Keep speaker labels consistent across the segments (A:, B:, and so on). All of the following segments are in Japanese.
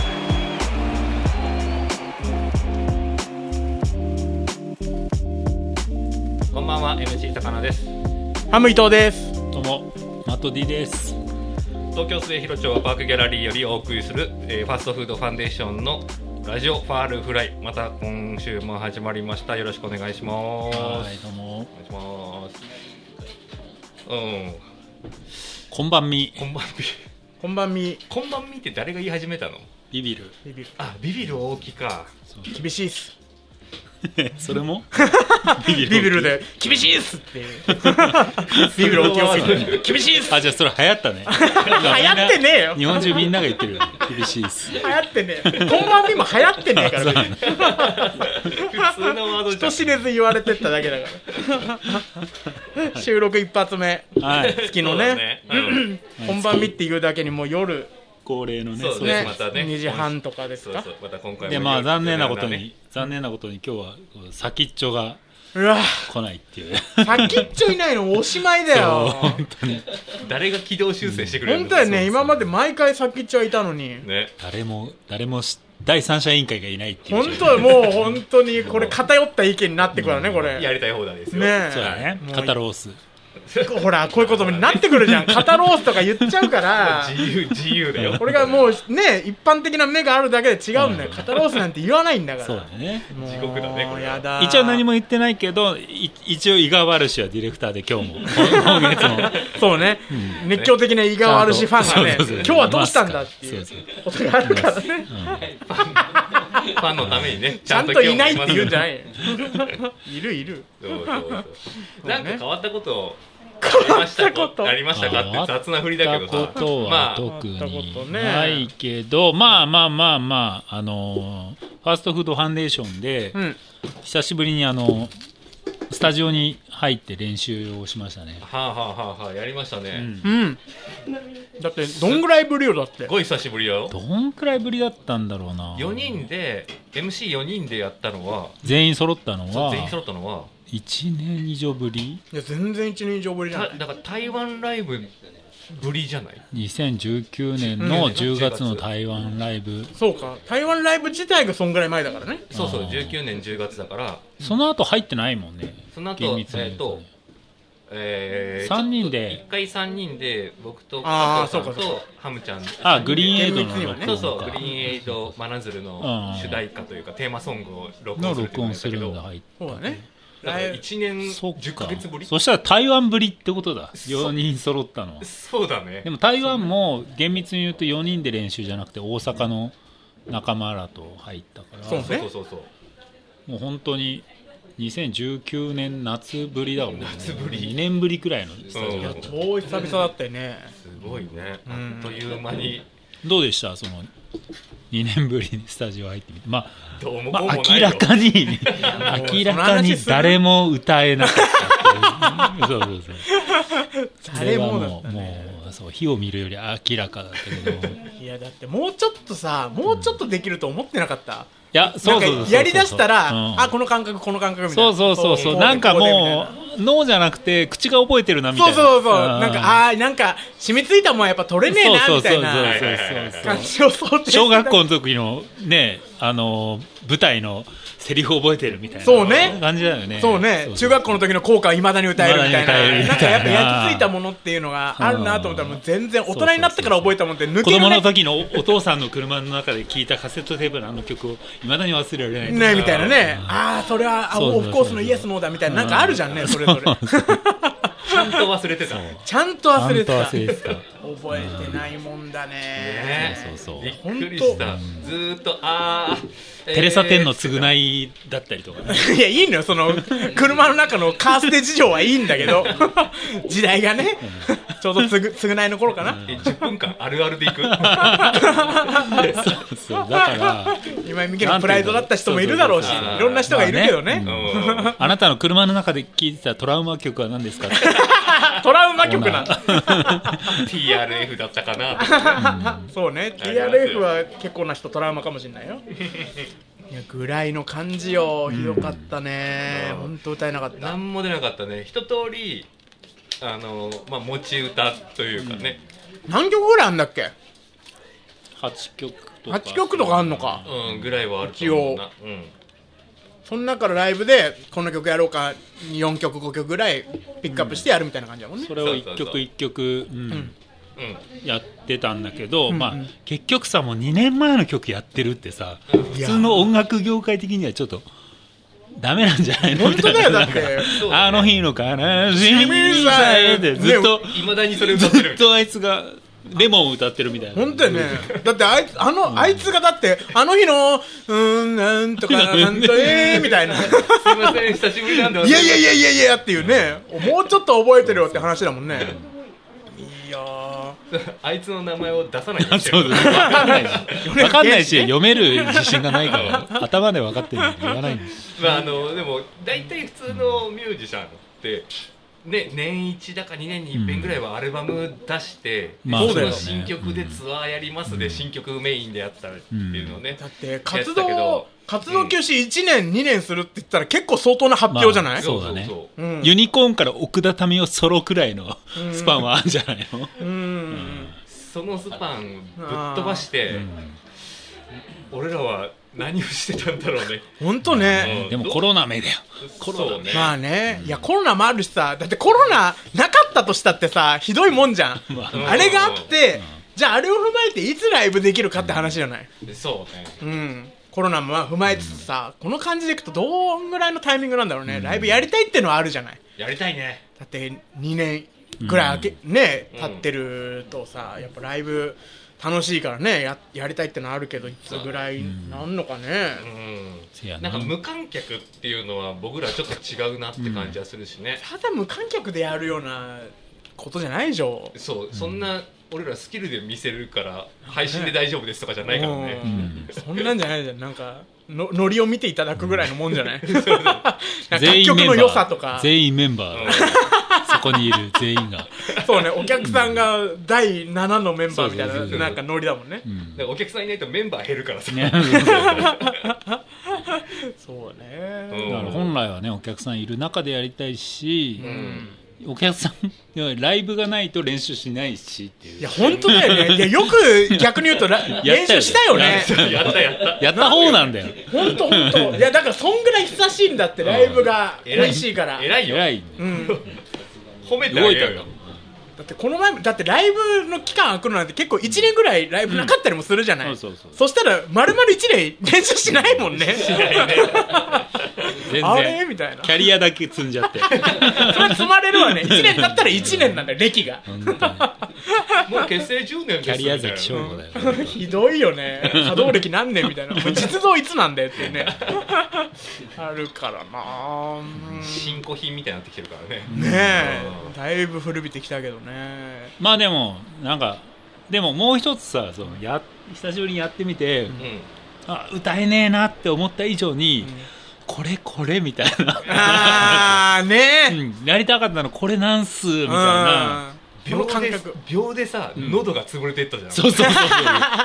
A: Hey.
B: こんばんは MC 高菜です
C: ハム伊藤です。
D: どうも、マット D です。
B: 東京末広町パークギャラリーよりお送りする、えーファストフードファンデーションのラジオファールフライまた今週も始まりましたよろしくお願いします
D: はい、どう
B: お
D: も。
B: 願いしますうん
D: こんばんみ、
B: こんばんみ
C: こんばんみ、
B: こんばんみって誰が言い始めたの
D: ビビる。
C: ビビ
B: あビビる大きか
C: 厳しいっす。
D: それも ビビ
C: ビビる。で、厳しいっすっていう。ビビるお気をつ けて。厳しいっす
D: あ、じゃあそれ流行ったね。流
C: 流行ってねえよ
D: 日本中みんなが言ってるよ。厳しいっす。
C: 流行ってねえ。こんばんみも流行ってねえか
D: そ
C: ら
D: うなの。
B: 普通のワードじゃ
C: 人
B: ん
C: 知れず言われてっただけだから。収録一発目。
D: はい。
C: 月の
B: そうだ
C: ね、
B: うん
C: こんばんみっていうだけにもう夜、
D: 恒例のね。
B: そう
D: そう
B: です
C: ね、
B: またね
C: 2時半とかです
B: そう
C: か
B: そう。また今回も
D: で、まあ残念なこと
B: ね
D: に、残念なことに今日はこう先っちょが
C: うわ
D: 来ないっていう。
C: 先っちょいないのおしまいだ
D: そう
C: よ。
D: 本当に。
B: 誰が軌道修正してくれる
C: 本
B: ん
C: 当
B: だ
C: はね、今まで毎回先っちょいたのに。
B: ね
D: 誰も、誰もし、第三者委員会がいないっていう。
C: 本当はもう本当にこれ偏った意見になってくるわねこれ
B: や
C: ね
B: りたい放題ですよ
C: え
D: そうだね
C: も。う
D: 肩ロース。
C: ほらこういうことになってくる じゃん肩ロースとか言っちゃうから
B: 自由自由だよ
C: これがもうね一般的な目があるだけで違うんだよ肩ロースなんて言わないんだから
D: そうだね。
C: もう
B: 地獄だねこれは
C: やだ
D: 一応何も言ってないけど、い一応伊賀ワルシはディレクターで今日も、今月も。
C: そうね熱狂的な伊賀るしファンがね
D: そうそうそう
C: 今日はどうしたんだってい
D: そううそう
C: ことがあるからね
B: ファンのためにね、
C: ちゃんといないっ
B: 今
C: て
B: 日も
C: 言うんじゃ
B: ま
C: ないよ いるいる
B: すそうそうそうなんか変わったこと
C: 変
B: あり
C: わ
B: ま
C: っ
B: したた
C: こ
B: こととありましたかって雑な振りだけど
D: 変わ
B: さ
D: ったこと
B: ま
D: は
B: あ
D: 特
C: 変わったこと
D: に
C: ね
D: ないけど、まあまあまあまあ、あのー、ファーストフードファンデーションで、
C: うん
D: 久しぶりにあの、スタジオに入って練習をしましたね。
B: はあはあはあはあやりましたね、
D: うん
C: うんだってどんぐらいぶりよだって
B: すごい久しぶりだよ
D: どんくらいぶりだったんだろうな。
B: 4人で MC4 人でやったのは
D: 全員揃ったのは、
B: 全員揃ったのは
D: 1年以上ぶり
C: いや全然一人以上ぶりじゃな
B: た
C: い
B: だから台湾ライブぶりじゃない
D: 2019年の10月の台湾ライブ、
C: そうか台湾ライブ自体がそんぐらい前だからね
B: そうそう
D: あー
B: 19年10月だから
D: その後入ってないもんね
B: その後
D: 厳密に言うと
B: えーとえー、
D: 3人で
B: 1回3人で僕と
C: あー
B: 加藤さん
C: そうかそう
B: とハムちゃん
D: あグリーンエイド
C: 厳密には
D: の
C: ね
B: そうそう、グリーン
D: ン
B: エイド・マナズルの
D: うん
B: 主題歌というか、テーマソングを録
D: の
B: 音するって
D: 録
B: いうのを
D: 音
B: やった
D: す
B: け
D: る
B: ど
D: んだ入って
C: そうだね
B: だから
C: ライブ
B: 1年
D: そっか
B: 10ヶ月ぶりそ
D: そしたら台湾ぶりってことだ
B: そ
D: 4人揃ったのは
B: うだね
D: で。も台湾も厳密に言うと4人で練習じゃなくて大阪の仲間らと入ったから
C: そう
B: そうそうそうそう。
D: もう本当に2019年夏ぶりだもんね
B: 夏ぶり
D: 2年ぶりくらいのスタジオだっ
B: うん
D: た、
C: 超久々だったよね
B: すごいね。
C: ん
B: あっという間に、
D: どうでしたその2年ぶりにスタジオ入ってみてまあ
B: どうも
D: ま
B: こうも
D: あ、
B: ないよ。
D: 明ら かに
C: もう
D: 明らかに誰も歌えなかった っていうそうそうそうそ
C: 誰
D: れは
C: もだっ
D: も
C: た
D: う
C: ね
D: もうそう火を見るより明らかだったけどい
C: いやだってもうちょっとさもうちょっとできると思ってなかった
D: や
C: な
D: そ
C: ん
D: う
C: か
D: そうそうそう
C: やりだしたら
D: うん
C: あこの感覚この感覚みたい
D: そ
C: な
D: うそうそうそうなんかもう脳じゃなくて口が覚えてるなみたい
C: そう
D: な
C: そうそう
D: う
C: なんかあーなんか染みついたもんはやっぱ取れねえな
D: そう
C: みた
D: そ
C: い
D: うそう
C: な
D: そうそう
C: 感じを想定してた
D: 小学校の時のねあの舞台のセリフ覚えてるみたいな
C: そうね
D: 感じだよね
C: そうね中学校の時の校歌はいまだに歌えるみたい
D: 未だ
C: な
D: に歌えるみ
C: なん
D: た
C: か
D: いな
C: やっぱ焼き付いたものっていうのがあるなと思ったらもう全然大人になってから覚えたもんって抜け
D: 子
C: る
D: 供の
C: ね
D: 時のおお父さんの車の中で聴いたカセットテープのあの曲をいまだに忘れられない
C: ねみたいなねああそれはあ
D: そうそう
C: オ
D: そう
C: フコースのイエスノーだみたいななんかあるじゃんねそれぞれ
B: ちゃんと忘れてた。ね
C: ちゃんと忘れて
D: ちゃん
C: た
D: と忘れ てた
C: 覚えてないもんだね
B: え
D: そうそうそう
B: びっくりした。ずーっと、あー。
D: テレサ・テンの
B: つぐ
D: 償いだったりと かね、
C: いやいいのよ その車の中のカーステ事情はいいんだけど時代がねちょうどつぐ、つぐないの頃かな。
B: え10分間あるあるで いく
D: そうそうだから
C: 今井美樹のプライドだった人もいるだろうし、
D: なん
B: ていうの
C: いろんな人がいるけどね。
B: う
D: ま
B: ん
D: あなたの車の中で聴いてたトラウマ曲は何ですかって
C: あトラウマ 曲なん だ。
B: TRF だったかな
C: そうね、
B: ありますよ
C: TRF は結構な人トラウマかもしれないよ。いやぐらいの感じよ、ひどかったね
B: う。ん
C: 本当歌えなかった。
B: 何も出なかったね一通りあのまあ持ち歌というかね、
C: 何曲ぐらいあんだっけ
D: 8曲とか
C: ?8 曲とかあんのか。
B: うんぐらいはあると思うな、うん、
C: その中からライブで、この曲やろうか、4曲、5曲ぐらいピックアップしてやるみたいな感じだもんね
D: そ。れを一曲一曲、うん
B: うん
D: やってたんだけど、
C: んうん
D: まあ、結局さもう2年前の曲やってるってさ、普通の音楽業界的にはちょっとダメなんじゃないの
C: 本当だよ
D: みたいな
C: だって
D: なんか
B: そうだね
D: あの日の悲しみさえってずっと、
B: いまだにそれ歌
D: ず
B: ってる
D: っとあいつがレモンを歌ってるみたいな
C: 本当よね。だってあいつ、あの、あいつがだって、あの日の、うーん、なんとか、なん と、えー、みたいな。い
B: すいません久しぶりなんで
C: やいやい
B: や
C: やいやいやっていうね。もうちょっと覚えてるよって話だもんね。いやー。
B: あいつの名前を出さないようにして
D: そう
B: る
D: だねわかん ないしわかんないし読める自信がないから頭で分かってるのに言わないんです
B: まああのでも大体普通のミュージシャンってね、年1だか2年に一遍ぐらいはアルバム出して、
D: まあ
B: で
D: そうだよ
B: の
D: ね
B: 新曲でツアーやりますで、新曲メインでやったっていうのね、
C: だって
B: やって
C: 活
B: たけ
C: 動
B: ど
C: 活動休止1年、2年するって言ったら結構相当な発表じゃない、
D: まあそうだね
B: そう
D: よ
C: ん
D: ユニコーンから奥田民をソロくらいのスパンはあるんじゃないの
C: うん
B: そのスパンぶっ飛ばして、俺らは何をしてたんだろうね
C: 本当ね、
B: うん
D: でもコロナ目だよ
B: コロナね
C: まあね、いやコロナもあるしさだってコロナなかったとしたってさひどいもんじゃ ん、
D: ま
B: あ
C: あれがあって、じゃああれを踏まえていつライブできるかって話じゃない
B: そうね
C: うんコロナもまあ踏まえつつさ、この感じでいくとどんぐらいのタイミングなんだろうね、ライブやりたいってのはあるじゃない
B: やりたいね
C: だって2年ぐらいあけ、ね経ってるとさやっぱライブ楽しいからねややりたいってのあるけどいつぐらいなんのかね、
D: せや
B: うん
D: な
B: なんか無観客っていうのは僕らちょっと違うなって感じはするしね、
C: ただ無観客でやるようなことじゃないでしょ
B: そうそんな俺らスキルで見せるから配信で大丈夫ですとかじゃないからね、
C: うんそんなんじゃないじゃんなんかのノリを見ていただくぐらいのもんじゃない なんか楽
D: 全員
C: 曲
D: メン
C: の
D: バー
C: 良さとか
D: 全員メンバ
B: う
D: ー
B: ん
D: そこにいる全員が
C: そうねお客さんが第7のメンバーみたい
D: そうそうそうそ
C: な
D: う
C: なんかノリだもんね、
D: うん
B: でお客さんいないとメンバー減るからさ、
D: ね
C: そう
B: う
C: ね
B: ん
D: だから本来はねお客さんいる中でやりたいし
B: う、ん、
D: お客さん要はライブがないと練習しないしっていう
C: いや本当だよねいやよく逆に言うとら練習したよね
B: やったやった
D: やった方なんだよ
C: 本当本当いやだからそんぐらい久しいんだってライブが美
B: 偉い
C: 味しいから、
B: 偉いよ
D: 偉い
C: うん、だ
B: 褒めてあげようよ
D: 動
C: ってこの前もだってライブの期間空くのなんて結構1年ぐらいライブなかったりもするじゃない、
D: うんそうそうそ
C: そ
D: う
C: したら丸々1年練習しないもんね
D: 全
C: あれ
D: 然
C: みたいな
D: キャリアだけ積んじゃって
C: それは積まれるわね1年だったら1年なんだよ歴が
D: 本当に
B: もう結成10年です
D: キャリア崎
B: み
D: 翔吾だよ
C: ひどいよね稼働歴何年みたいなもう実像いつなんだよっていうね あるからなうん
B: たいな新古品みたいになってきてるからね、
C: ねえだいぶ古びてきたけどね
D: まあでもなんかでももう一つさそのや久しぶりにやってみて、
B: うん
D: あ歌えねえなって思った以上に、これこれみたいな、
C: あーねえ、
D: うん、やりたかったのこれなんすみたいな
C: うんこの
B: 秒
C: 感
B: で
C: 覚
B: 秒でさ、喉が潰れてったじゃん
D: そうそうそうそ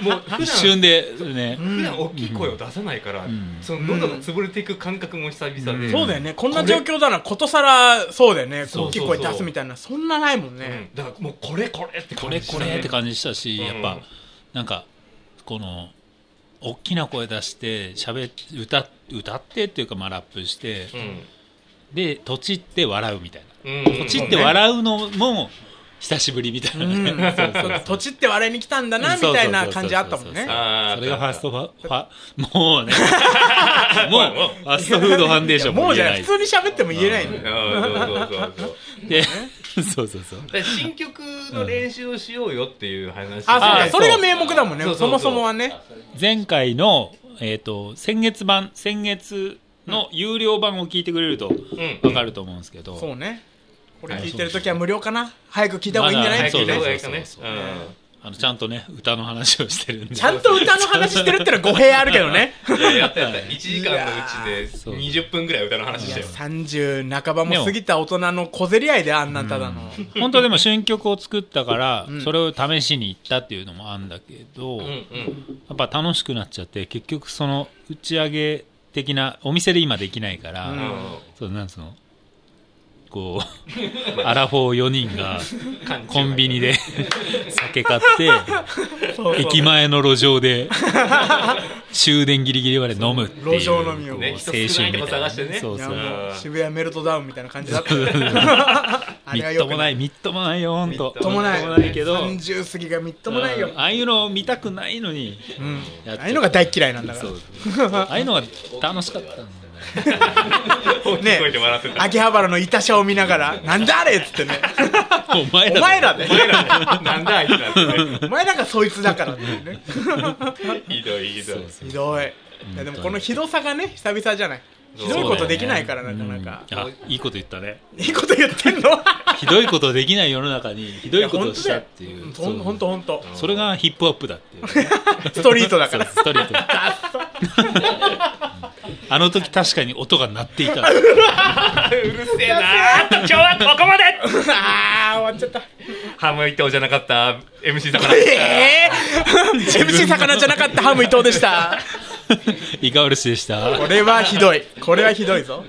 D: う
B: もう普段
D: 一瞬でね、
B: 普段大きい声を出さないから、
D: ん
B: その喉が潰れていく感覚も久々で、
D: うん
C: そうだよねこんな状況だなことさらそうだよね
B: そう
C: 大きい
B: そうそう
C: 声出すみたいなそんなないもん
B: う
C: ね
B: ん、だからもうこれこれって
D: こ
B: 感
D: れ
B: じ
D: これって感じしたし、
B: うん
D: やっぱなんかこの大きな声出して喋っ歌歌ってっていうかまあラップして、でとちって笑うみたい
B: うん、うん
D: なとちって笑うのも久しぶりみたいな
C: うん
D: ね、 そうそう
C: そう土地って笑いに来たんだなみたいな感じあったもん
D: そうそうそう
C: ね
D: そう
B: あー
D: それがファーストファファも うねもう
B: もう
D: ファーストフードファンデーション
C: も
D: も
C: うじ
D: 言え
C: ゃ
D: な
C: ない
D: い
C: 普通に喋っても言えない
B: うん
C: ね
B: そうそうそうそう
D: で そうそうそう
B: だから新曲の練習をしようよっていう話
C: あそう
D: あ
C: だ
D: ー
C: それが名目だもんね
B: そう
C: そ
B: そうそ
C: も
B: う
C: そもはね
D: 前回の、えー、と先月版先月の有料版を聞いてくれると
B: うん
D: 分かると思うんですけど、
C: そうねこれ聞いてるときは無料かな早く聞いた方がいいんじゃない
D: まだ
C: っ
B: 早
C: て
B: く
C: い
B: 行
C: う
B: った方がいい
C: ね
B: かね。
D: そううそ
B: ん
D: あのちゃんとね歌の話をしてるんで
C: ちゃんと歌の話してるってのは語弊あるけど ね
B: いややったやった1時間のうち
D: そう
B: で20分ぐらい歌の話したよ
C: 30半ばも過ぎた大人の小競り合いであんなただの
D: 本当でも新曲を作ったから、
C: うん
D: それを試しに行ったっていうのもあるんだけど、
B: うんう
D: や
B: ん
D: っぱ楽しくなっちゃって結局その打ち上げ的なお店で今できないから、
C: う
B: うんん
D: そうなんつうのこう アラフォー4人がコンビ ニで酒買って
C: そう
D: 駅前の路上で終電ギリギリまで飲むっていう
C: 路上飲みを
D: こう
C: ね
D: 青
B: 人
D: 春み
B: 少
D: た
B: ないいとこ探してね
D: なそう
C: い
D: そ
C: や
D: う
C: もう渋谷メルトダウンみたいな感じだった あ
D: み
C: れは
D: っ
C: よ
D: と
C: く
D: も
C: な
D: ないいみっともないよほんと
B: みっ
C: ともな
D: み
C: い
D: っともないけど
C: 30過ぎがみっともないよ
D: うんああいうのを見たくないのに
C: うん
D: やっちゃった
C: ああいうのが大嫌いなんだか
D: そう
C: ら
D: ああいうのが楽しかったんだよね
B: 大きい声で笑ってた
C: 秋葉原のいたしゃを見ながら「なんだあれ!」っつってね
D: お前
C: お
D: ら
C: 前らで
B: 俺らねなんだあいつらってね
C: お前らがそいつだからっていうね
B: ひどいひどい
D: そうそう
C: ひどいいやでもこのひどさがね久々じゃない
B: そう
C: ひどいことできないからなかなか、
D: うんあいいこと言ったね
C: いいこと言ってんの
D: ひどいことできない世の中にひどいことをしたっていう
C: ほん本当本当
D: そうそれがヒップアップだっていうね
C: ストリートだから
D: そうストリー トあの時確かに音が鳴ってい た
B: うるせえな今日はここまで
C: あー終わっちゃった
B: ハムイトじゃなかった MC だから
C: ええー、MC 魚じゃなかったハム伊藤でした
D: いかがおるしでした
C: これはひどいこれはひどいぞ